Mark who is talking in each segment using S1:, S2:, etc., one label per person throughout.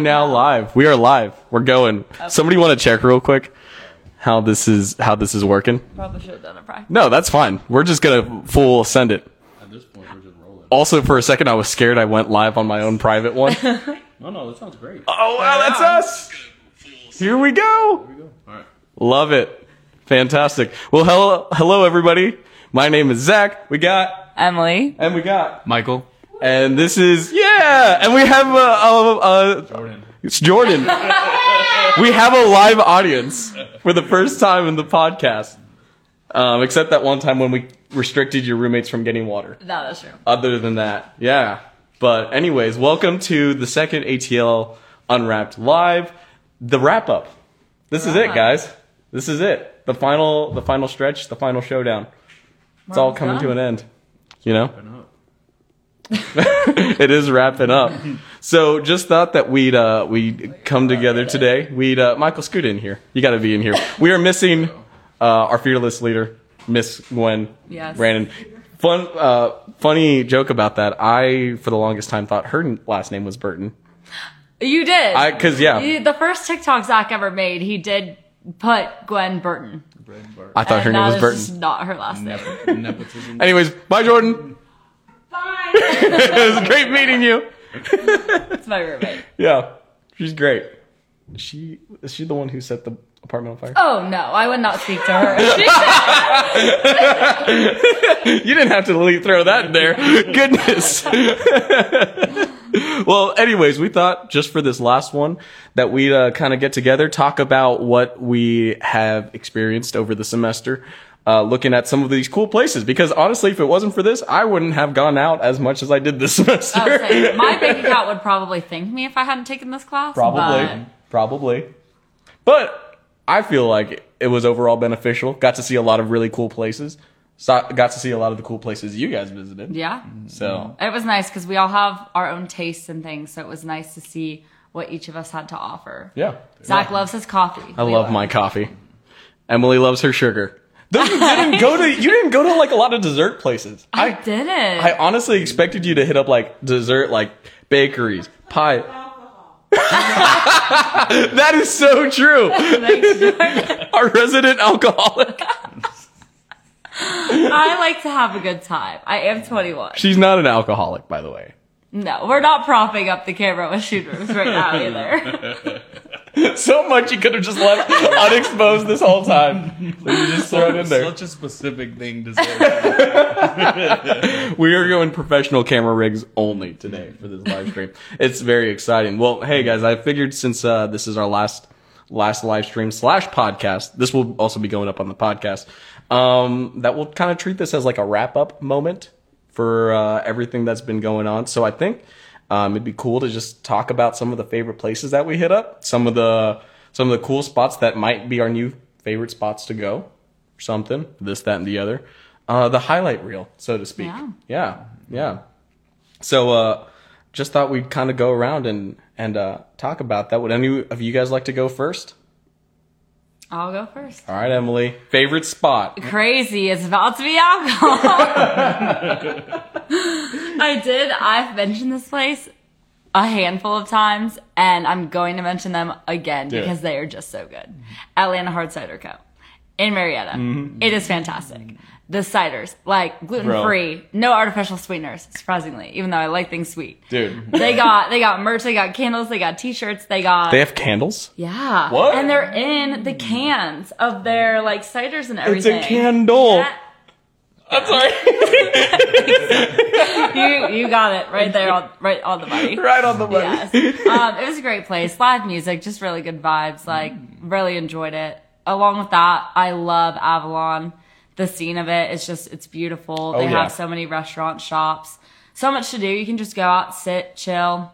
S1: now live. We are live. We're going. Somebody want to check real quick how this is how this is working?
S2: Probably should have done a practice.
S1: No, that's fine. We're just gonna full send it.
S3: At this point, we're just rolling.
S1: Also, for a second, I was scared I went live on my own private one. oh
S3: No, no, that sounds great.
S1: wow, that's us. Here we go.
S3: Here we go. All right.
S1: Love it. Fantastic. Well, hello, hello everybody. My name is Zach. We got
S2: Emily,
S1: and we got
S4: Michael.
S1: and this is yeah, and we have a, a, a
S3: Jordan.
S1: It's Jordan. we have a live audience for the first time in the podcast. Um, except that one time when we restricted your roommates from getting water.
S2: no, that's true.
S1: Other than that, yeah. But, anyways, welcome to the second ATL Unwrapped Live, the wrap up. This is it,
S2: Wrap-up.
S1: guys. This is it. The final, the final stretch, the final showdown. It's all coming to an end. You know?
S3: Why not?
S1: it is wrapping up. So just thought that we'd uh, we'd come together today. We'd uh, Michael scoot in here. You got to be in here. We are missing uh, our fearless leader, Miss Gwen
S2: Yes.
S1: Brandon. Fun uh, funny joke about that. I for the longest time thought her n- last name was Burton.
S2: You did.
S1: I because yeah,
S2: You- the first TikTok Zach ever made, he did put Gwen Burton.
S3: Bread bar.
S1: I thought her
S2: And
S1: name
S2: now
S1: was
S2: this is
S1: Burton.
S2: not her last name.
S3: Nep- nepotism.
S1: Anyways, bye Jordan. it was great meeting you.
S2: It's my roommate.
S1: Yeah, she's great. She is she the one who set the apartment on fire?
S2: Oh no, I would not speak to her.
S1: You didn't have to leave, throw that in there. Goodness. well, anyways, we thought just for this last one that we'd uh, kind of get together, talk about what we have experienced over the semester, uh, looking at some of these cool places. Because honestly, if it wasn't for this, I wouldn't have gone out as much as I did this semester.
S2: I would say, my bank account would probably thank me if I hadn't taken this class.
S1: Probably. Probably. But I feel like it was overall beneficial. Got to see a lot of really cool places. Saw, got to see a lot of the cool places you guys visited.
S2: But, yeah.
S1: So.
S2: It was nice because we all have our own tastes and things, so it was nice to see what each of us had to offer.
S1: Yeah.
S2: Zach loves his coffee.
S1: I love my coffee. Emily loves her sugar. Though you didn't go to you didn't go to like a lot of dessert places.
S2: I,
S1: I
S2: didn't.
S1: I honestly expected you to hit up like dessert like bakeries, pie. that is so true.
S2: Thanks,
S1: Our resident alcoholic.
S2: I like to have a good time. I am 21.
S1: She's not an alcoholic, by the way.
S2: No, we're not propping up the camera with shooters right now either.
S1: So much you could have just left unexposed this whole time. So you just throw it in there.
S3: Such a specific thing to say.
S1: We are going professional camera rigs only today for this live stream. It's very exciting. Well, hey guys, I figured since uh, this is our last last live stream slash podcast, this will also be going up on the podcast. Um, that will kind of treat this as like a wrap up moment for uh, everything that's been going on. So I think um, it'd be cool to just talk about some of the favorite places that we hit up, some of the some of the cool spots that might be our new favorite spots to go, or something. This, that, and the other. Uh, the highlight reel, so to speak.
S2: Yeah.
S1: Yeah, yeah. So uh just thought we'd kind of go around and and uh talk about that. Would any of you guys like to go first?
S2: I'll go first.
S1: All right, Emily. Favorite spot.
S2: Crazy, it's about to be alcohol. I did. I've mentioned this place a handful of times, and I'm going to mention them again
S1: it.
S2: because they are just so good. Atlanta Hard Cider Co. in Marietta. It is fantastic. The ciders, like gluten free, no artificial sweeteners, surprisingly, even though I like things sweet.
S1: Dude.
S2: They got they got merch, they got candles, they got t-shirts, they got
S1: They have candles?
S2: yeah.
S1: What?
S2: And they're in the cans of their like ciders and
S1: It's
S2: everything.
S1: a candle.
S2: Yeah.
S1: I'm sorry.
S2: You you got it right there on right on the money.
S1: right on the button.
S2: Yes. Um, it was a great place. Live music, just really good vibes. Like really enjoyed it. Along with that, I love Avalon. The scene of it, it's just it's beautiful. They
S1: Oh, yeah.
S2: have so many restaurant shops, so much to do. You can just go out, sit, chill.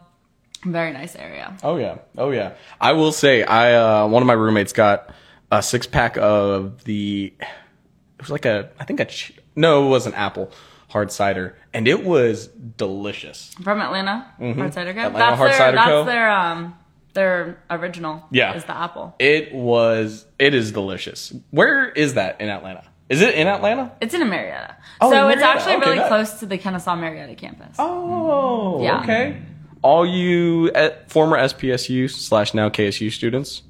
S2: Very nice area.
S1: Oh yeah. Oh yeah. I will say I uh one of my roommates got a six pack of the it was like a I think a ch- no, it was an apple hard cider and it was delicious.
S2: From Atlanta, Hard Cider Co.
S1: Mm-hmm. Atlanta
S2: that's
S1: Hard
S2: their,
S1: Cider
S2: that's
S1: Co.
S2: their um their original.
S1: Yeah.
S2: is the apple.
S1: It was. It is delicious. Where is that in Atlanta? Is it in Atlanta?
S2: It's in a Marietta,
S1: Oh,
S2: so
S1: in
S2: it's
S1: Marietta.
S2: actually
S1: Okay, Oh.
S2: really
S1: nice.
S2: close to the Kennesaw Marietta campus.
S1: Oh,
S2: Yeah.
S1: okay. all you eh, former SPSU slash now KSU students,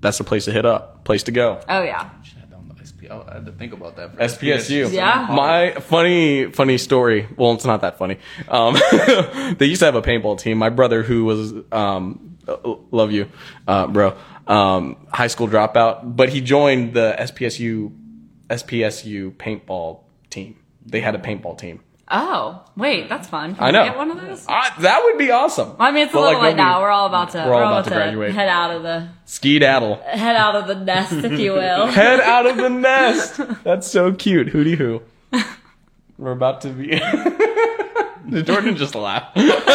S1: that's the place to hit up, place to go.
S2: Oh yeah.
S3: Shit, I don't know. SP, I'll- I had to think about that. For
S1: SPSU.
S2: Yeah.
S1: My funny, funny story. Well, it's not that funny. Um, they used to have a paintball team. My brother, who was, um, uh, love you, uh, bro, um, high school dropout, but he joined the SPSU, SPSU paintball team. They had a paintball team.
S2: Oh wait, that's fun. Can
S1: I know.
S2: We get one of those.
S1: I, that would be awesome.
S2: Well, I mean, it's a
S1: But,
S2: little
S1: like,
S2: late now.
S1: nobody-
S2: We're all about to.
S1: we're all about to graduate.
S2: Head out of the
S1: Skedaddle.
S2: head out of the nest, if you will.
S1: Head out of the nest. That's so cute. Hootie hoo. We're about to be. Jordan just laughed.
S2: She's like,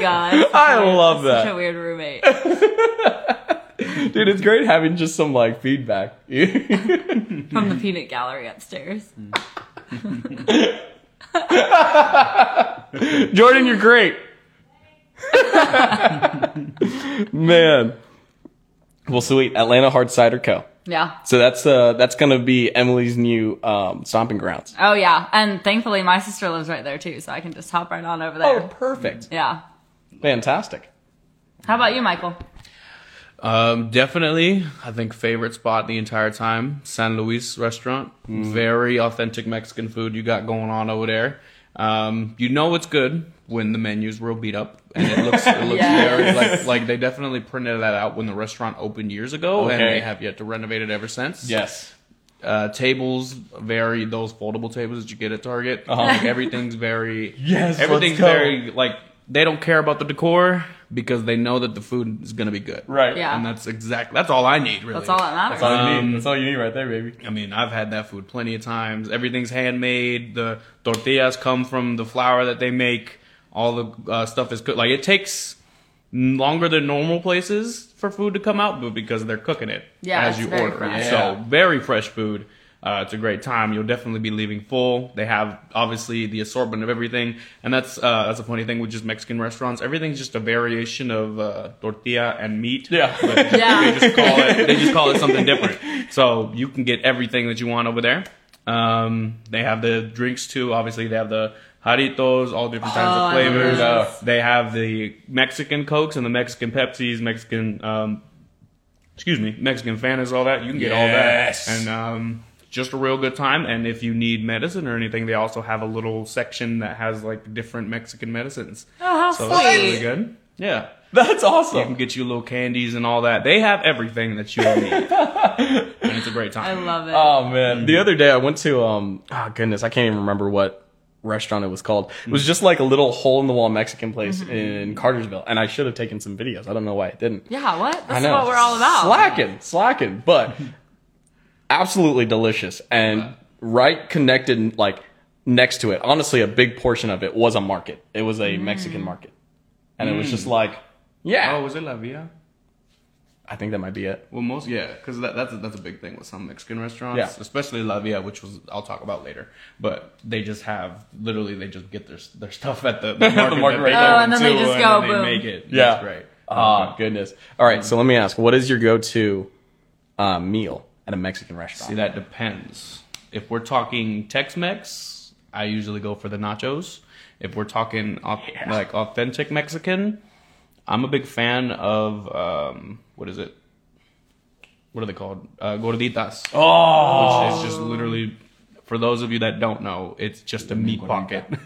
S2: God.
S1: I love
S2: Such a
S1: that.
S2: weird roommate.
S1: Dude, it's great having just some like feedback.
S2: From the peanut gallery upstairs.
S1: Jordan, you're great. Man. Well, sweet. Atlanta Hard Cider Co.
S2: Yeah.
S1: So that's uh that's gonna be Emily's new um stomping grounds.
S2: Oh yeah. And thankfully, my sister lives right there too, so I can just hop right on over there.
S1: Oh, perfect.
S2: Yeah.
S1: Fantastic.
S2: How about you, Michael?
S3: Um, definitely, I think favorite spot the entire time, San Luis restaurant. Very authentic Mexican food you got going on over there. Um, you know it's good when the menu's real beat up, and it looks it looks very like like they definitely printed that out when the restaurant opened years ago, and
S1: Okay.
S3: they have yet to renovate it ever since.
S1: Yes.
S3: Uh, tables vary those foldable tables that you get at Target.
S1: Uh-huh.
S3: Like, everything's very
S1: Yes, let's
S3: Everything's
S1: go.
S3: very like they don't care about the decor because they know that the food is gonna be good.
S1: Right.
S2: Yeah.
S3: And that's exactly that's all I need, really.
S2: That's all that matters.
S1: That's all you
S3: Um,
S1: need. That's all you need right there, baby.
S3: I mean, I've had that food plenty of times. Everything's handmade. The tortillas come from the flour that they make. All the uh, stuff is cooked. Like it takes longer than normal places for food to come out, but because they're cooking it
S2: Yeah,
S3: as
S2: it's
S3: you
S2: very
S3: order. it.
S2: fresh.
S1: Yeah.
S3: So very fresh food. Uh, it's a great time. You'll definitely be leaving full. They have obviously the assortment of everything, and that's uh, that's a funny thing with just Mexican restaurants. Everything's just a variation of uh, tortilla and meat.
S1: Yeah.
S3: But
S2: Yeah.
S3: They just call it. They just call it something different. So you can get everything that you want over there. Um, they have the drinks too. Obviously, they have the jaritos, all different
S2: Oh, I
S3: kinds of flavors. Uh,
S1: love
S2: those.
S3: They have the Mexican cokes and the Mexican Pepsis, Mexican um, excuse me, Mexican Fantas, all that. You can get
S1: Yes.
S3: all that. And um, just a real good time. And if you need medicine or anything, they also have a little section that has like different Mexican medicines.
S2: Oh, how
S3: so
S2: sweet.
S3: it's really good. Yeah.
S1: That's
S3: You can
S1: awesome.
S3: get you little candies and all that. They have everything that you need. and it's a great
S2: I
S3: time.
S2: love it.
S1: Oh man. The other day I went to um oh goodness, I can't even remember what restaurant it was called. It was just like a little hole in the wall Mexican place
S2: Mm-hmm.
S1: in Cartersville. And I should have taken some videos. I don't know why I didn't.
S2: yeah. What?
S1: I
S2: That's
S1: know.
S2: what we're all about.
S1: Slacking, slacking, but absolutely delicious and right connected like next to it. Honestly, a big portion of it was a market. It was a Mexican
S2: Mm.
S1: market. And it was just like, yeah.
S3: Oh, was it La Villa?
S1: I think that might be it.
S3: Well, most yeah, because that, that's a, that's a big thing with some Mexican restaurants,
S1: Yeah.
S3: especially La Villa, which was I'll talk about later. But they just have literally they just get their their stuff at the, the market,
S1: market
S3: that
S1: right
S3: they
S1: there.
S2: Oh, and then they
S3: to,
S2: just
S3: and
S2: go,
S3: then
S2: boom.
S3: They make it.
S1: Yeah.
S3: That's great. Uh,
S1: Ah, goodness. All right, so let me ask, what is your go-to uh, meal at a Mexican restaurant?
S3: See, that depends. If we're talking Tex-Mex, I usually go for the nachos. If we're talking au- like authentic Mexican, I'm a big fan of um, what is it? What are they called? Uh, gorditas.
S1: Oh,
S3: It's just literally, for those of you that don't know, it's just a meat pocket.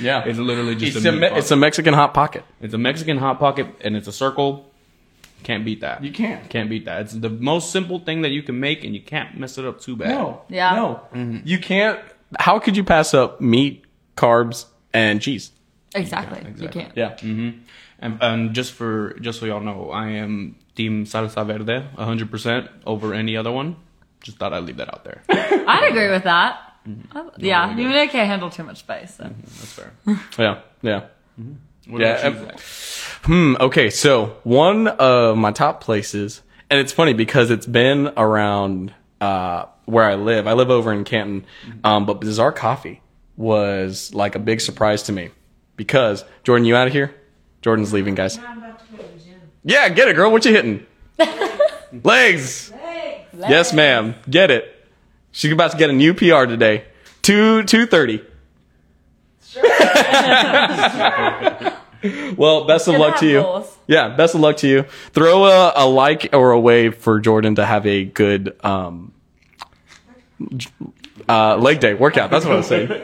S1: Yeah.
S3: it's literally just
S1: it's
S3: a,
S1: a,
S3: meat
S1: Me-
S3: pocket.
S1: it's a Mexican hot pocket.
S3: It's a Mexican hot pocket, and it's a circle. Can't beat that.
S1: You can't.
S3: Can't beat that. It's the most simple thing that you can make, and you can't mess it up too bad.
S1: No,
S2: Yeah.
S1: no, you can't. How could you pass up meat, carbs, and cheese? Mm-hmm.
S2: Exactly. You
S3: exactly.
S2: can't.
S1: Yeah,
S3: And, and just for just so y'all know, I am team salsa verde, hundred percent over any other one. Just thought I'd leave that out there.
S2: I'd agree with that.
S1: Mm-hmm.
S2: I- yeah.
S3: really
S2: You really can't handle too much spice. So.
S3: That's fair.
S1: yeah, yeah.
S3: What
S1: Yeah,
S3: about you,
S1: and-
S3: Zach?
S1: Hmm. Okay. So one of my top places, and it's funny because it's been around uh, where I live. I live over in Canton, um, but Bizarre Coffee was like a big surprise to me because Jordan, you out of here? Jordan's leaving, guys.
S4: I'm about to go to the gym.
S1: Yeah, get it, girl. What you hitting? Legs.
S4: Hey,
S1: Yes, ma'am. Get it. She's about to get a new PR today. Two two thirty. Well, best of
S2: Gotta
S1: luck to
S2: have
S1: you.
S2: goals.
S1: Yeah, best of luck to you. Throw a, a like or a wave for Jordan to have a good um, j- uh, leg day workout. That's what I'm saying.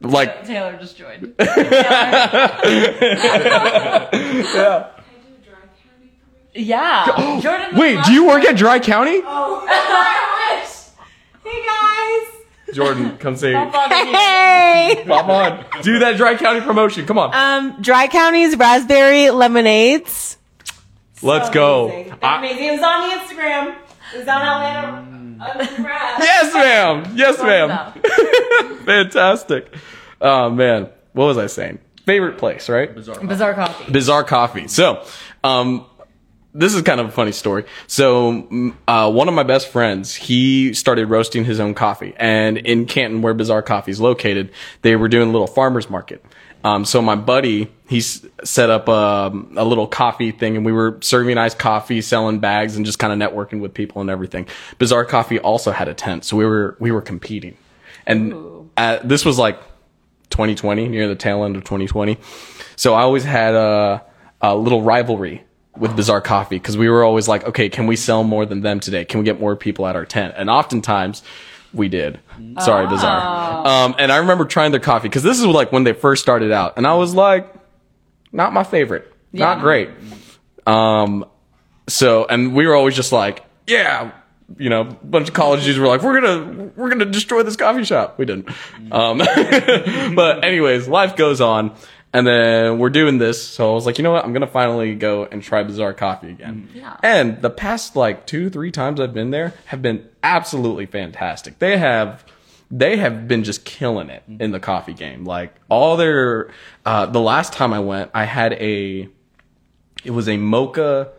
S1: Like,
S2: Taylor just joined.
S4: I do dry county permission.
S2: Yeah. Jordan. was
S1: Oh, wait,
S2: last-
S1: do you work at Dry County?
S4: Oh, I wish. Hey guys.
S1: Jordan, come see.
S2: Don't bother me.
S5: Hey!
S1: Pop on. Do that Dry County promotion. Come on.
S4: Uh,
S5: Um, Dry County's raspberry lemonades.
S1: Let's go.
S4: Amazing.
S1: I-
S4: Amazing. It was on the Instagram. It was on Atlanta Unwrapped.
S1: yes, ma'am. Yes, ma'am. Fantastic. Oh, man. What was I saying? Favorite place, right?
S2: Bizarre coffee.
S1: Bizarre Coffee. So, um, this is kind of a funny story. So, mm, uh, one of my best friends, he started roasting his own coffee. And in Canton, where Bizarre Coffee is located, they were doing a little farmer's market. Um, so my buddy, he s- set up um, a little coffee thing and we were serving iced coffee, selling bags and just kind of networking with people and everything. Bizarre Coffee also had a tent. So we were, we were competing. And uh, this was like 2020, near the tail end of 2020. So I always had a, a little rivalry with Bizarre Coffee because we were always like, okay, can we sell more than them today? Can we get more people at our tent? And oftentimes we did. Sorry, Bizarre. Um, and I remember trying their coffee because this is like when they first started out. And I was like, not my favorite, not
S2: Yeah.
S1: great. Um, so, and we were always just like, yeah, you know, a bunch of college dudes were like, we're gonna, we're gonna destroy this coffee shop. We didn't. Um, but anyways, life goes on. And then we're doing this. So I was like, you know what? I'm going to finally go and try Bizarre Coffee again.
S2: Yeah.
S1: And the past like two, three times I've been there have been absolutely fantastic. They have, they have been just killing it in the coffee game. Like all their, uh, the last time I went, I had a, it was a mocha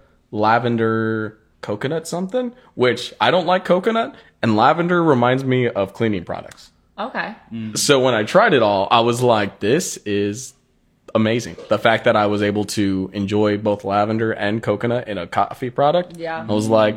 S1: lavender coconut something, which I don't like coconut and lavender reminds me of cleaning products.
S2: Okay.
S1: So when I tried it all, I was like, this is amazing. The fact that I was able to enjoy both lavender and coconut in a coffee product.
S2: Yeah.
S1: I was like,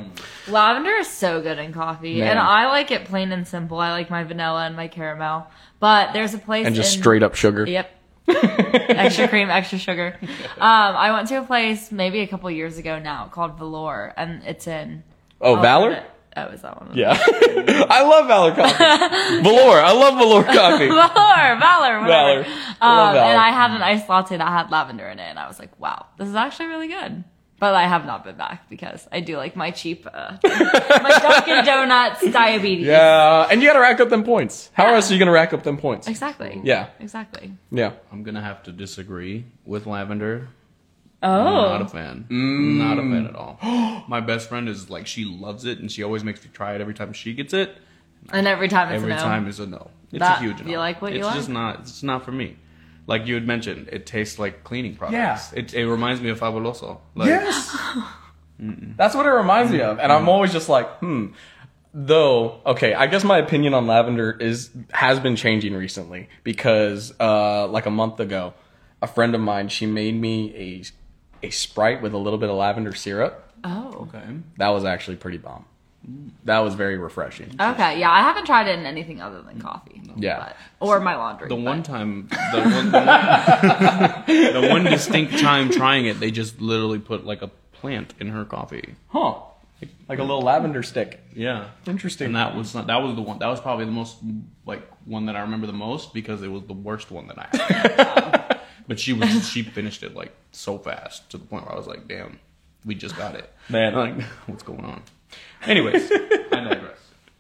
S2: Lavender is so good in coffee,
S1: Man.
S2: and I like it plain and simple. I like my vanilla and my caramel, but there's a place
S1: and just
S2: in-
S1: straight up sugar.
S2: Yep. extra cream, extra sugar. Um, I went to a place maybe a couple years ago now called Valor, and it's in.
S1: Oh,
S2: I'll put
S1: Valor?
S2: it- Oh, is that one? of them?
S1: Yeah. I love Valor coffee. Valor. I love Valor coffee.
S2: Valor, Valor, whatever.
S1: Valor. I love
S2: Um,
S1: Valor.
S2: and I had an iced latte that had lavender in it, and I was like, wow, this is actually really good. But I have not been back because I do like my cheap, uh, my Dunkin' Donuts diabetes.
S1: Yeah. And you got to rack up them points. How else are you going to rack up them points?
S2: Exactly.
S1: Yeah.
S2: Exactly.
S1: Yeah.
S3: I'm gonna have to disagree with Lavender. I'm not a
S2: Oh. Mm.
S3: fan. Not a fan at all. My best friend is like she loves it and she always makes me try it every time she gets it.
S2: And every time it's
S3: Every
S2: a no.
S3: time is a no. It's
S2: That-
S3: a huge no.
S2: you like what you
S3: it's
S2: like?
S3: just not it's not for me. Like you had mentioned, it tastes like cleaning products. It, it reminds me of Fabuloso. Like,
S1: Yes. That's what it reminds me of. And I'm always just like, hmm. Though, okay, I guess my opinion on lavender is has been changing recently because uh like a month ago, a friend of mine, she made me a a Sprite with a little bit of lavender syrup.
S2: Oh.
S3: Okay.
S1: That was actually pretty bomb. That was very refreshing.
S2: Okay. Yeah, I haven't tried it in anything other than coffee.
S1: Yeah.
S2: But, or my laundry.
S3: The
S2: but-
S3: one time, the one, the one, the one distinct time trying it, they just literally put like a plant in her coffee.
S1: Huh. Like a little lavender stick.
S3: Yeah.
S1: Interesting.
S3: And that was not, that was the one that was probably the most like one that I remember the most because it was the worst one that I had. but she was she finished it like so fast to the point where I was like, damn, we just got it.
S1: Man.
S3: I'm like what's going on? Anyways, I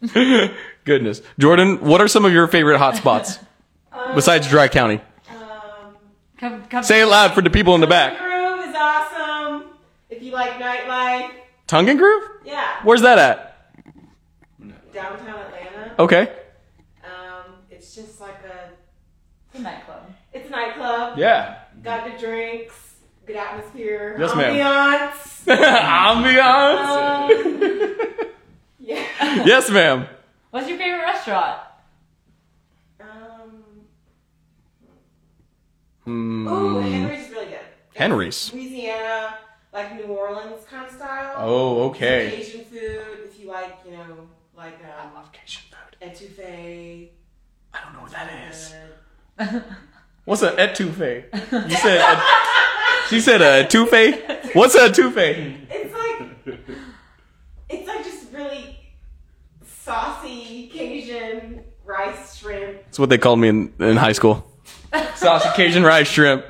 S3: digress.
S1: Goodness. Jordan, what are some of your favorite hot spots besides Dry County?
S4: Um,
S2: Come, come
S1: Say it loud for the people in the back.
S4: Groove is awesome. If you like nightlife,
S1: Tongue and Groove?
S4: yeah,
S1: Where's that at?
S4: downtown Atlanta.
S1: Okay.
S4: Um, it's just like a,
S2: to the nightclub.
S4: it's a nightclub.
S1: Yeah.
S4: Got good drinks, good atmosphere,
S1: Yes, ma'am.
S4: ambiance.
S1: Ambiance.
S4: um, yeah.
S1: Yes, ma'am.
S2: What's your favorite restaurant?
S4: Um,
S1: Mm,
S4: ooh, Henry's is really good.
S1: Henry's.
S4: Louisiana, like New Orleans kind of style.
S1: Oh, okay.
S4: Asian food, if you like, you know, like um,
S1: Cajun food.
S4: etouffee.
S1: I don't know what that
S4: uh,
S1: What's a etouffee? You said et- she said a etouffee. What's a etouffee?
S4: It's like it's like just really saucy Cajun rice shrimp.
S1: That's what they called me in, in high school. Sausage, Cajun rice, shrimp.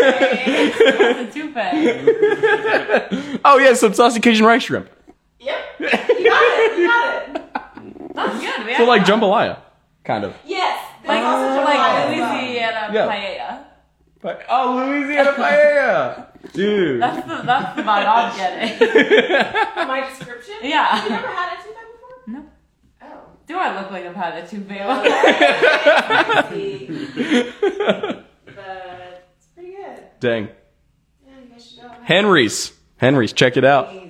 S2: It's a toupee.
S1: Oh yeah, some sausage, Cajun rice, shrimp.
S4: Yep. You got it. You got it.
S2: That's good. We
S1: So
S2: have
S1: like jambalaya, kind of.
S4: Yes. There's
S2: like,
S4: also
S2: like
S4: jambalaya.
S2: Louisiana
S1: Yeah.
S2: paella.
S1: But, oh, Louisiana paella, dude.
S2: That's the, that's the vibe I'm getting.
S4: My description?
S2: Yeah.
S4: You never had a toupee before?
S2: No.
S4: Oh.
S2: Do I look like I've had a toupee?
S4: See, but it's pretty good.
S1: Dang,
S4: Yeah, you guys should go.
S1: Henry's, Henry's, check it out.
S4: Please.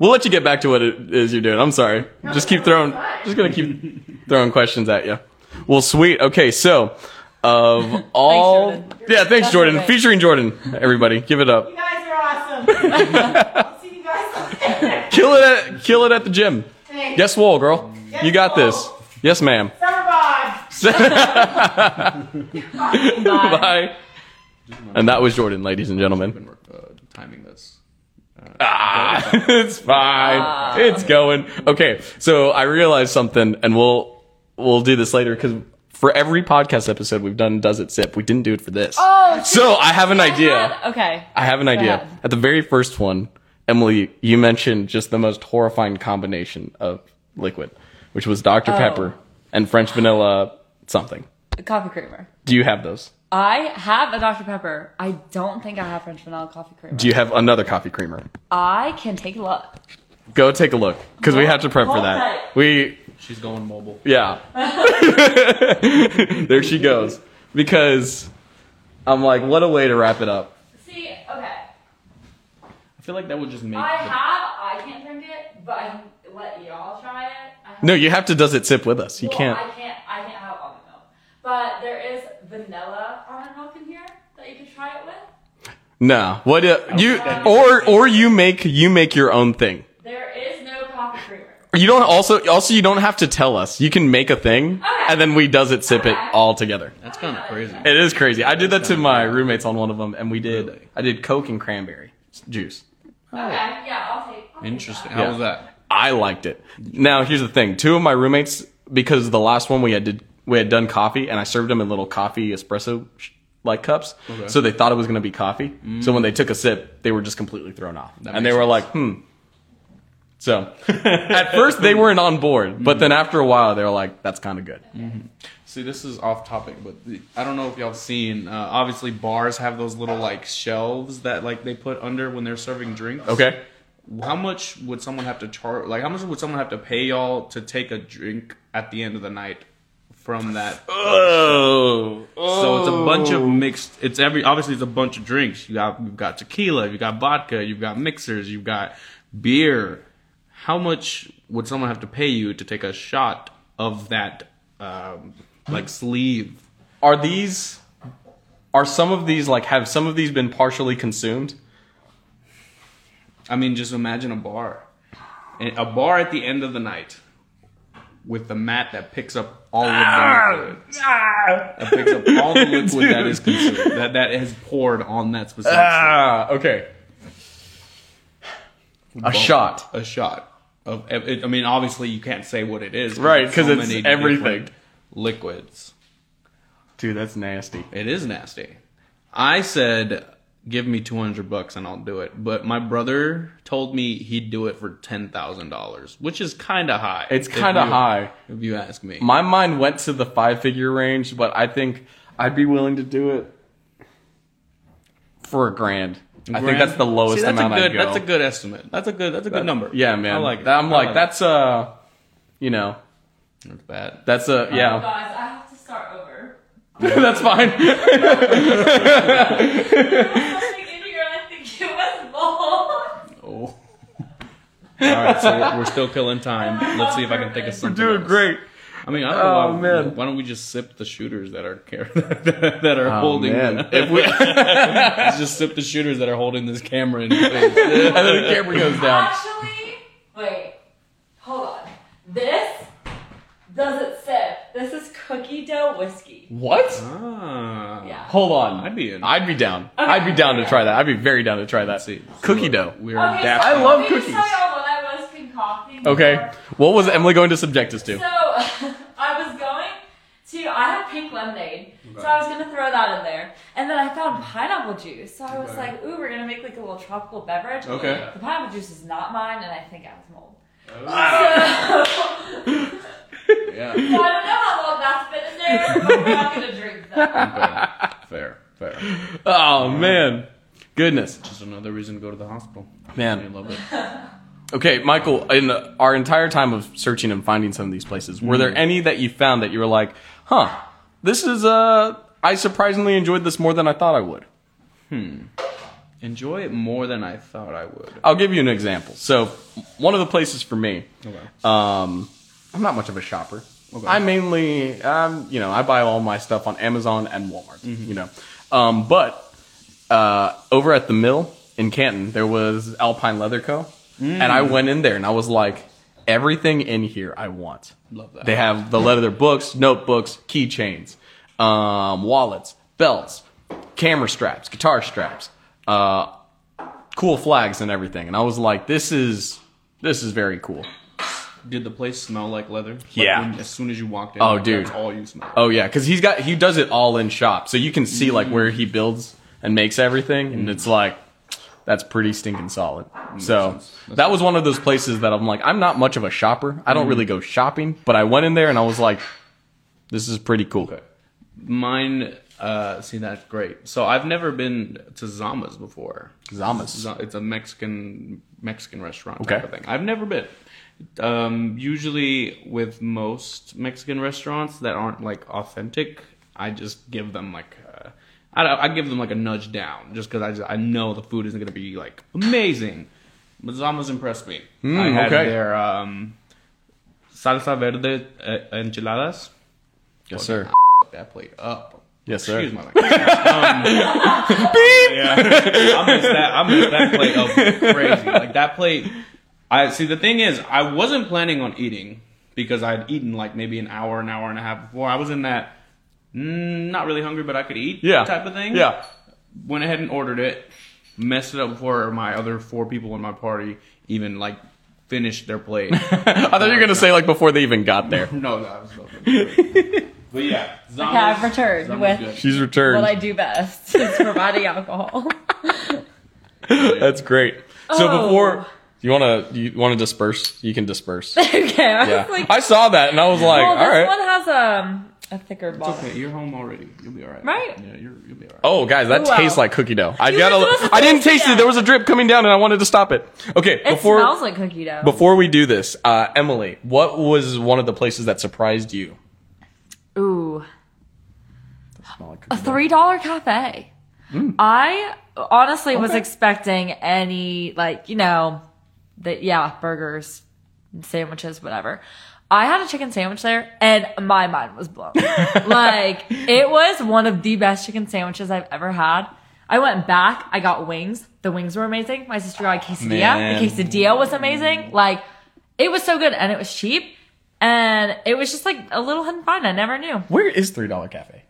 S1: We'll let you get back to what it is you're doing. I'm sorry. just keep throwing.
S4: fine.
S1: Just gonna keep throwing questions at you. Well, sweet. Okay, so of all,
S2: Jordan.
S1: yeah, thanks,
S2: That's
S1: Jordan.
S2: all right.
S1: Featuring Jordan, everybody, give it up.
S4: You guys are awesome. I'll see you guys later.
S1: Kill it at kill it at the gym.
S4: Thanks.
S1: Yes, Wool, girl.
S4: Yes,
S1: You got this.
S4: Wool.
S1: Yes, ma'am.
S4: Summer bod.
S1: Bye. And that was Jordan, ladies and gentlemen.
S3: Been uh, timing this.
S1: it's fine. It's going. Okay. So I realized something and we'll we'll do this later cuz for every podcast episode we've done does it sip. We didn't do it for this.
S2: Oh,
S1: so I have an idea.
S2: okay.
S1: I have an idea.
S2: ahead.
S1: At the very first one, Emily, you mentioned just the most horrifying combination of liquid, which was Dr Pepper and French vanilla something.
S2: Coffee creamer.
S1: Do you have those?
S2: I have a Dr. Pepper. I don't think I have French vanilla coffee creamer.
S1: Do you have another coffee creamer?
S2: I can take a look.
S1: Go take a look because we have to prep for
S4: Hold
S1: that.
S4: tight.
S1: We
S3: She's going mobile.
S1: Yeah. there she goes. Because I'm like, what a way to wrap it up.
S2: See, okay.
S3: I feel like that would just make.
S2: I
S3: the-
S2: have. I can't drink it, but I can let y'all try it. I have,
S1: No, you have to does it sip with us. You
S2: well, I
S1: can't.
S2: can't. I can't have almond milk. But there is vanilla almond milk in here that you could try it with.
S1: No. What uh, you or or you make you make your own thing.
S2: There is no coffee creamer.
S1: You don't also also you don't have to tell us. You can make a thing and then we does it sip it all together.
S3: That's kind of crazy.
S1: It is crazy. I did that to my roommates on one of them and we did
S3: Really?
S1: I did Coke and cranberry juice.
S2: Okay. Yeah, I'll take. I'll take
S3: Interesting.
S1: Yeah.
S3: How was that?
S1: I liked it. Now here's the thing: two of my roommates, because the last one we had did, we had done coffee, and I served them in little coffee espresso sh- like cups, so they thought it was going to be coffee. So when they took a sip, they were just completely thrown off, and they
S3: makes
S1: were
S3: sense.
S1: like, "Hmm." So at first they weren't on board, but
S3: Mm-hmm.
S1: then after a while they were like, "That's kind of good."
S3: See, this is off topic, but the, I don't know if y'all seen. Uh, obviously, bars have those little like shelves that like they put under when they're serving drinks.
S1: Okay.
S3: How much would someone have to charge? Like, how much would someone have to pay y'all to take a drink at the end of the night from that?
S1: Oh,
S3: So it's a bunch of mixed. It's every obviously it's a bunch of drinks. You got you've got tequila, you've got vodka, you've got mixers, you've got beer. How much would someone have to pay you to take a shot of that um, like sleeve?
S1: are these are some of these like have some of these been partially consumed?
S3: I mean, just imagine a bar, And a bar at the end of the night with the mat that picks up all of
S1: Ah!
S3: the liquid. That picks up all the liquid that is consumed that that has poured on that specific. sleeve.
S1: Ah, okay. A shot.
S3: a shot of it, i mean obviously you can't say what it is
S1: Right,
S3: there's
S1: 'cause
S3: so
S1: it's
S3: many
S1: everything.
S3: different liquids
S1: Dude, that's nasty.
S3: it is nasty i said give me 200 bucks and i'll do it but my brother told me he'd do it for $10000 which is kind of high
S1: It's
S3: if
S1: kind of
S3: you-
S1: high.
S3: if you ask me
S1: My mind went to the five figure range, but I think I'd be willing to do it for a grand. I think
S3: Grand?
S1: that's the lowest
S3: See, that's
S1: amount
S3: a good,
S1: I'd go.
S3: that's a good estimate that's a good that's a good number
S1: Yeah, man.
S3: i like it.
S1: I'm
S3: I
S1: like,
S3: it.
S1: that's uh you know,
S3: that's bad
S1: that's a
S2: it.
S1: yeah.
S2: Guys, I have to start over.
S1: that's fine.
S2: Something in here, I think it was mold.
S3: oh all right so we're, we're still killing time let's see if i can think of something
S1: Doing
S3: else.
S1: great.
S3: I mean, I don't know.
S1: Oh,
S3: why,
S1: man.
S3: Why don't we just sip the shooters that are car- that are holding?
S1: Oh, man. If we-
S3: Let's just sip the shooters that are holding this camera in your face.
S1: And then the camera goes down.
S2: Actually, wait. Hold on. This does it
S4: Mojito whiskey.
S1: What?
S3: Ah.
S4: Yeah.
S1: Hold on.
S3: I'd be in.
S1: I'd be down. I'd be down to try that. I'd be very down to try that.
S3: see.
S1: Cookie dough.
S3: We're
S4: Okay, so
S1: I love
S4: let me just
S1: cookies.
S4: tell y'all what I was concocting.
S1: Okay. What was Emily going to subject us to?
S4: So I was going to. I had pink lemonade, so I was gonna throw that in there, and then I found pineapple juice. So I was like, "Ooh, we're gonna make like a little tropical beverage."
S3: Okay.
S4: The pineapple juice is not mine, and I think I was mold.
S3: Yeah.
S4: So I don't know how long that's been in there, but we're not gonna drink that.
S3: fair. Fair.
S1: Oh man. Goodness.
S3: Just another reason to go to the hospital. I
S1: Man.
S3: love it.
S1: Okay, Michael, in our entire time of searching and finding some of these places, were
S3: Mm-hmm.
S1: there any that you found that you were like, "Huh, this is uh I surprisingly enjoyed this more than I thought I would."
S3: Enjoy it more than I thought I would.
S1: I'll give you an example. So, one of the places for me,
S3: Okay.
S1: um, I'm not much of a shopper.
S3: Okay.
S1: I mainly, um, you know, I buy all my stuff on Amazon and Walmart.
S3: Mm-hmm.
S1: You know, um, but uh, over at the mill in Canton, there was Alpine Leather Co. And
S3: Mm.
S1: I went in there and I was like, everything in here I want.
S3: Love that.
S1: They have the leather books, notebooks, keychains, um, wallets, belts, camera straps, guitar straps, uh, cool flags and everything. And I was like, this is this is very cool.
S3: Did the place smell like leather? Like
S1: Yeah.
S3: when- as soon as you walked in.
S1: Oh,
S3: like,
S1: dude.
S3: That's all you smelled.
S1: Oh yeah, because he's got he does it all in shop, so you can see like where
S3: Mm.
S1: he builds and makes everything, and it's like that's pretty stinking solid. so
S3: sense. Mm. Makes
S1: that was one of those places that I'm like, I'm not much of a shopper. I don't really
S3: Mm.
S1: go shopping, but I went in there and I was like, this is pretty cool.
S3: Mine. Uh, see, that's great. So I've never been to Zama's before.
S1: Zamas.
S3: Z- It's a Mexican Mexican restaurant type
S1: Okay.
S3: of thing. I've never been. Um, usually, with most Mexican restaurants that aren't like authentic, I just give them like uh, I don't, I give them like a nudge down just because I just, I know the food isn't gonna be like amazing. But Zama's impressed me. I had
S1: Hmm, okay.
S3: their um, salsa verde uh, enchiladas.
S1: yes, sir.
S3: That plate up.
S1: Yes, sir.
S3: Excuse my language. Um, Yeah. I messed that. I messed that plate up crazy. Like that plate. I see. The thing is, I wasn't planning on eating because I had eaten like maybe an hour, an hour and a half before. I was in that mm, not really hungry, but I could eat
S1: Yeah.
S3: type of thing.
S1: Yeah.
S3: Went ahead and ordered it. Messed it up before my other four people in my party even like finished their plate.
S1: I thought you were gonna say like before they even got there.
S3: no, that was so good. But yeah, Zama's-
S2: I've returned
S3: Zama's
S2: with-
S3: good.
S1: She's returned.
S2: What I do best is providing alcohol.
S1: That's great. So
S2: Oh.
S1: before you wanna you wanna disperse, you can disperse.
S2: okay, I
S1: Yeah.
S2: was like,
S1: I saw that and I was like,
S2: well,
S1: all
S2: Oh, this
S1: right.
S2: one has um, a thicker bottom.
S3: Okay, you're home already. You'll be all right.
S2: Right?
S3: Yeah, you're, you'll be all right.
S1: Oh, guys, that
S2: Wow.
S1: tastes like cookie dough. I
S2: You
S1: got
S2: were
S1: to.
S2: supposed to
S1: I didn't
S2: taste
S1: taste
S2: it.
S1: it. There was a drip coming down, and I wanted to stop it. Okay,
S2: It
S1: before
S2: smells like cookie dough.
S1: before we do this, uh, Emily, what was one of the places that surprised you?
S2: Ooh. A three dollar cafe. I honestly was expecting any like you know, the yeah burgers, sandwiches, whatever. I had a chicken sandwich there, and my mind was blown. like it was one of the best chicken sandwiches I've ever had. I went back. I got wings. The wings were amazing. My sister got a quesadilla.
S1: Man.
S2: The quesadilla was amazing. Like it was so good, and it was cheap, and it was just like a little hidden find I never knew.
S1: Where is Three Dollar Cafe?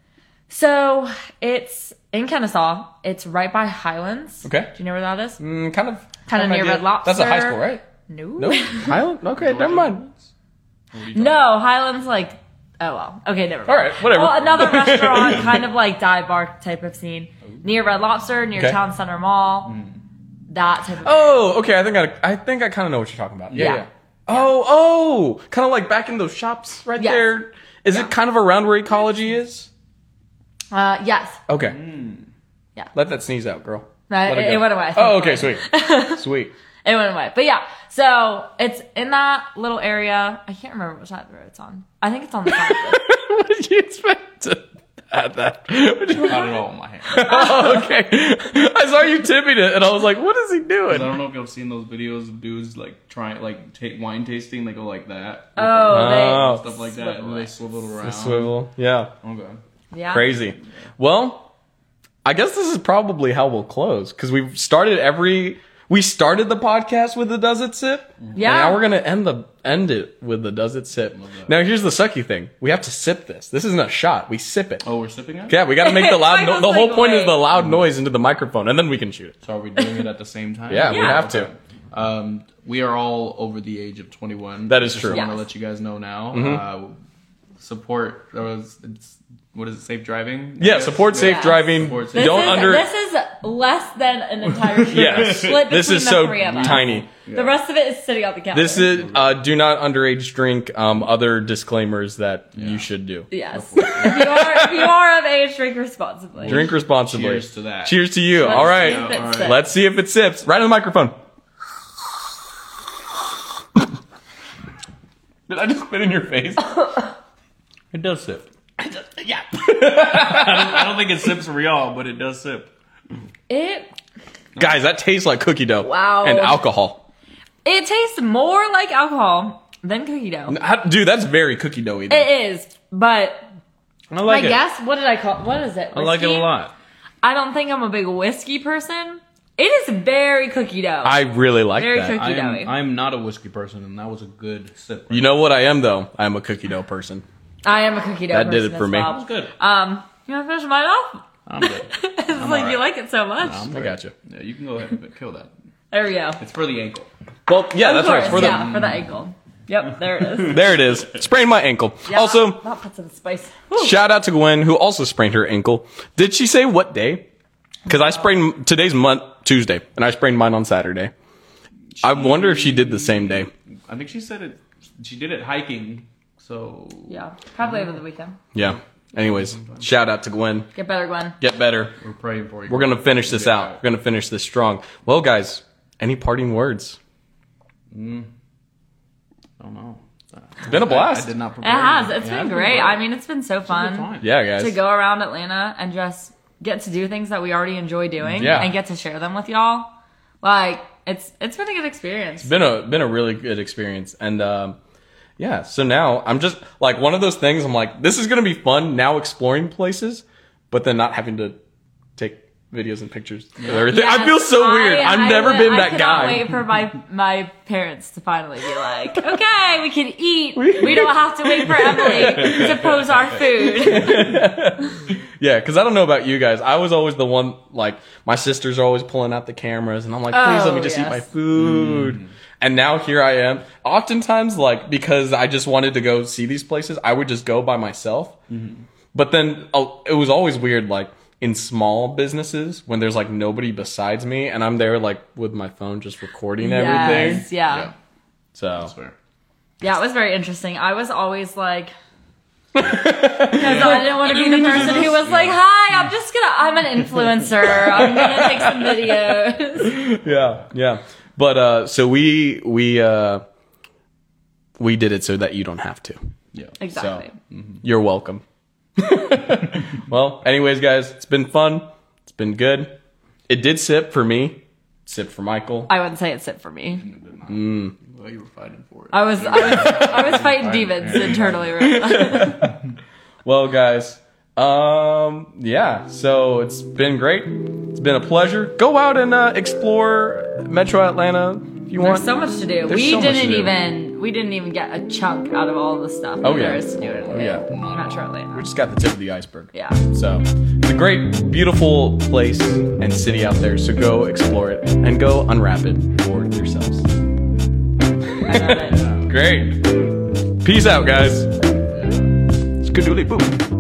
S2: So it's in Kennesaw. It's right by Highlands.
S1: Okay.
S2: Do you know where that is?
S1: Mm, kind of,
S2: Kind of near
S1: idea.
S2: Red Lobster.
S1: That's a high school, right?
S2: No.
S1: No, Highland. Okay, never mind.
S2: No, Highlands like oh well. Okay, never mind.
S1: All right, whatever.
S2: Well, another restaurant, kind of like dive bar type of scene. Near Red Lobster, near
S1: Oh. Okay. Mm.
S2: Town Center Mall. That type of
S1: Oh, okay. I think I, I think I kind of know what you're talking about. Yeah.
S2: Yeah.
S1: yeah. Oh, oh, kind of like back in those shops right
S2: Yes.
S1: there. Is it kind of around where ecology is?
S2: uh yes.
S1: Okay.
S2: Mm. Yeah.
S1: Let that sneeze out, girl.
S2: No,
S1: Let
S2: it-
S1: go.
S2: it went away.
S1: Oh, okay, sweet, sweet.
S2: It went away. But yeah. So it's in that little area. I can't remember which side of the road it's on. I think it's on the side of the
S1: what did you expect to add that? What did you-
S3: Not at all in my hand.
S1: oh, okay. I saw you tipping it, and I was like, "What is he
S3: I
S1: doing?"
S3: don't know if you've seen those videos of dudes like trying like take wine tasting. They go like that.
S2: Oh,
S1: Oh.
S3: Stuff like that, and they swivel it around. Oh,
S1: Swivel. Yeah.
S3: Okay.
S2: they yeah.
S1: Crazy. Well, I guess this is probably how we'll close because we've started every. we started the podcast with the does it sip.
S2: Yeah.
S1: And now we're gonna end the end it with the does it sip. Now here's the sucky thing: we have to sip this. This isn't a shot. We sip it.
S3: Oh, we're sipping it.
S1: Yeah, we got to make the loud.
S2: Michael's
S1: no- the whole
S2: like,
S1: point is
S2: wait.
S1: the loud noise into the microphone, and then we can shoot it.
S3: So are we doing it at the same time?
S1: Yeah, we have to.
S3: Um, we are all over the age of 21.
S1: That is
S3: Just
S1: true. Mm-hmm.
S3: want to
S2: Yes.
S3: let you guys know now. Uh, support. That was, it's, what is it? Safe driving. I
S1: Yeah,
S3: guess?
S1: support safe
S2: Yes.
S1: driving.
S3: Support safe-
S2: This
S1: Don't
S2: is,
S1: under.
S2: This is less than an entire shirt.
S1: yes,
S2: Split
S1: this
S2: between
S1: is
S2: the
S1: so
S2: three of us.
S1: tiny.
S2: The rest of it is sitting on the counter.
S1: This is uh, do not underage drink. Um, other disclaimers that you should do.
S2: yes. if you are if you are of age, drink responsibly.
S1: Drink responsibly.
S3: Cheers to that.
S1: Cheers to you.
S2: Let's
S1: All
S2: see if
S1: right.
S2: it
S3: All right.
S2: sits.
S1: Let's see if it sips. Right on the microphone.
S3: Did I just spit in your face? it does sip.
S1: Yeah.
S3: I don't think it sips for y'all, but it does sip.
S2: It
S1: Guys, that tastes like cookie dough.
S2: Wow.
S1: And alcohol.
S2: it tastes more like alcohol than cookie dough.
S1: How- dude, that's very cookie doughy. though.
S2: It is, but
S3: I like
S2: I
S3: it.
S2: guess what did I call? What is it?
S3: I like it a
S2: Whiskey?
S3: lot.
S2: I don't think I'm a big whiskey person. It is very cookie dough.
S1: I really like
S2: Very
S1: that.
S2: cookie.
S3: I
S2: doughy.
S3: am, I am not a whiskey person, and that was a good sip.
S1: You know what I am though? I am a cookie dough person.
S2: I am a cookie dough.
S1: That did
S2: person
S1: it for
S2: as
S1: me.
S2: well.
S3: that was good.
S2: Um, you want to finish mine off?
S3: I'm good.
S2: it's like
S3: all
S2: you
S3: right.
S2: like it so much.
S3: I'm
S1: I
S3: good.
S1: got you.
S3: Yeah, you can go ahead and kill that.
S2: there we go.
S3: It's for the ankle.
S1: Well, yeah,
S2: Of
S1: that's right.
S2: course,
S1: It's For the,
S2: yeah, for the ankle. Yep, there it is.
S1: There it is. Sprained my ankle.
S2: Yeah,
S1: Also,
S2: that puts in spice. Whew.
S1: shout out to Gwen who also sprained her ankle. Did she say what day? Because I sprained today's month Tuesday, and I sprained mine on Saturday. I wonder if she did the same day.
S3: I think she said it. She did it hiking. So
S2: Yeah, probably over the weekend.
S1: Yeah. Anyways, shout out to Gwen.
S2: Get better, Gwen.
S1: Get better.
S3: we're praying for you.
S1: We're gonna finish this out. We're gonna finish this strong. Well, guys, any parting words?
S3: I don't know.
S1: It's been a
S3: I
S1: blast.
S3: did not
S2: It
S3: prepare.
S2: has.
S3: you.
S2: It's
S3: Yeah,
S2: been
S3: it's
S2: great.
S3: great.
S2: I mean, it's been so
S3: Good
S2: fun
S3: time.
S1: Yeah, guys.
S2: to go around Atlanta and just get to do things that we already enjoy doing
S1: Yeah.
S2: and get to share them with y'all. Like it's it's been a good experience.
S1: been a been a really good experience and um yeah so now i'm just like one of those things i'm like this is gonna be fun now exploring places but then not having to take videos and pictures of everything i
S2: Yes,
S1: feel so weird
S2: I-
S1: i've
S2: I
S1: never
S2: would-
S1: been
S2: I
S1: that
S2: cannot
S1: guy
S2: wait for my my parents to finally be like, okay, we can eat. We don't have to wait for Emily to pose our food.
S1: yeah because i don't know about you guys i was always the one like my sisters are always pulling out the cameras and i'm like please let
S2: Oh,
S1: me just eat
S2: yes.
S1: my food and now here i am oftentimes like because i just wanted to go see these places i would just go by myself But then uh, it was always weird, like in small businesses when there's like nobody besides me, and I'm there like with my phone just recording
S2: Yes,
S1: everything.
S2: yeah.
S1: So
S3: Swear.
S2: Yeah, it was very interesting. I was always like, because I didn't want to be the person who was like, "Hi, I'm just gonna, I'm an influencer. I'm gonna take some videos."
S1: yeah, yeah. But uh, so we we uh, we did it so that you don't have to.
S3: Yeah.
S2: Exactly.
S1: You're welcome. well, anyways, guys, it's been fun. It's been good. It did sip for me. Sip for Michael.
S2: I wouldn't say it's it for me.
S3: Well, you were fighting for it.
S2: I was, I was, I was fighting demons internally. Right now.
S1: Well, guys, um, yeah. So it's been great. It's been a pleasure. Go out and uh, explore Metro Atlanta if you want.
S2: There's so much to do.
S1: There's
S2: we
S1: so much to
S2: didn't
S1: do.
S2: even, we didn't even get a chunk out of all the stuff.
S1: Oh,
S2: that
S1: yeah.
S2: there is to do in
S1: Oh, yeah.
S2: Metro Atlanta.
S1: we just got the tip of the iceberg.
S2: Yeah.
S1: So it's a great, beautiful place and city out there. So go explore it and go unwrap it for yourselves.
S2: I love it.
S1: Great. Peace out, guys. Skadoodly boop.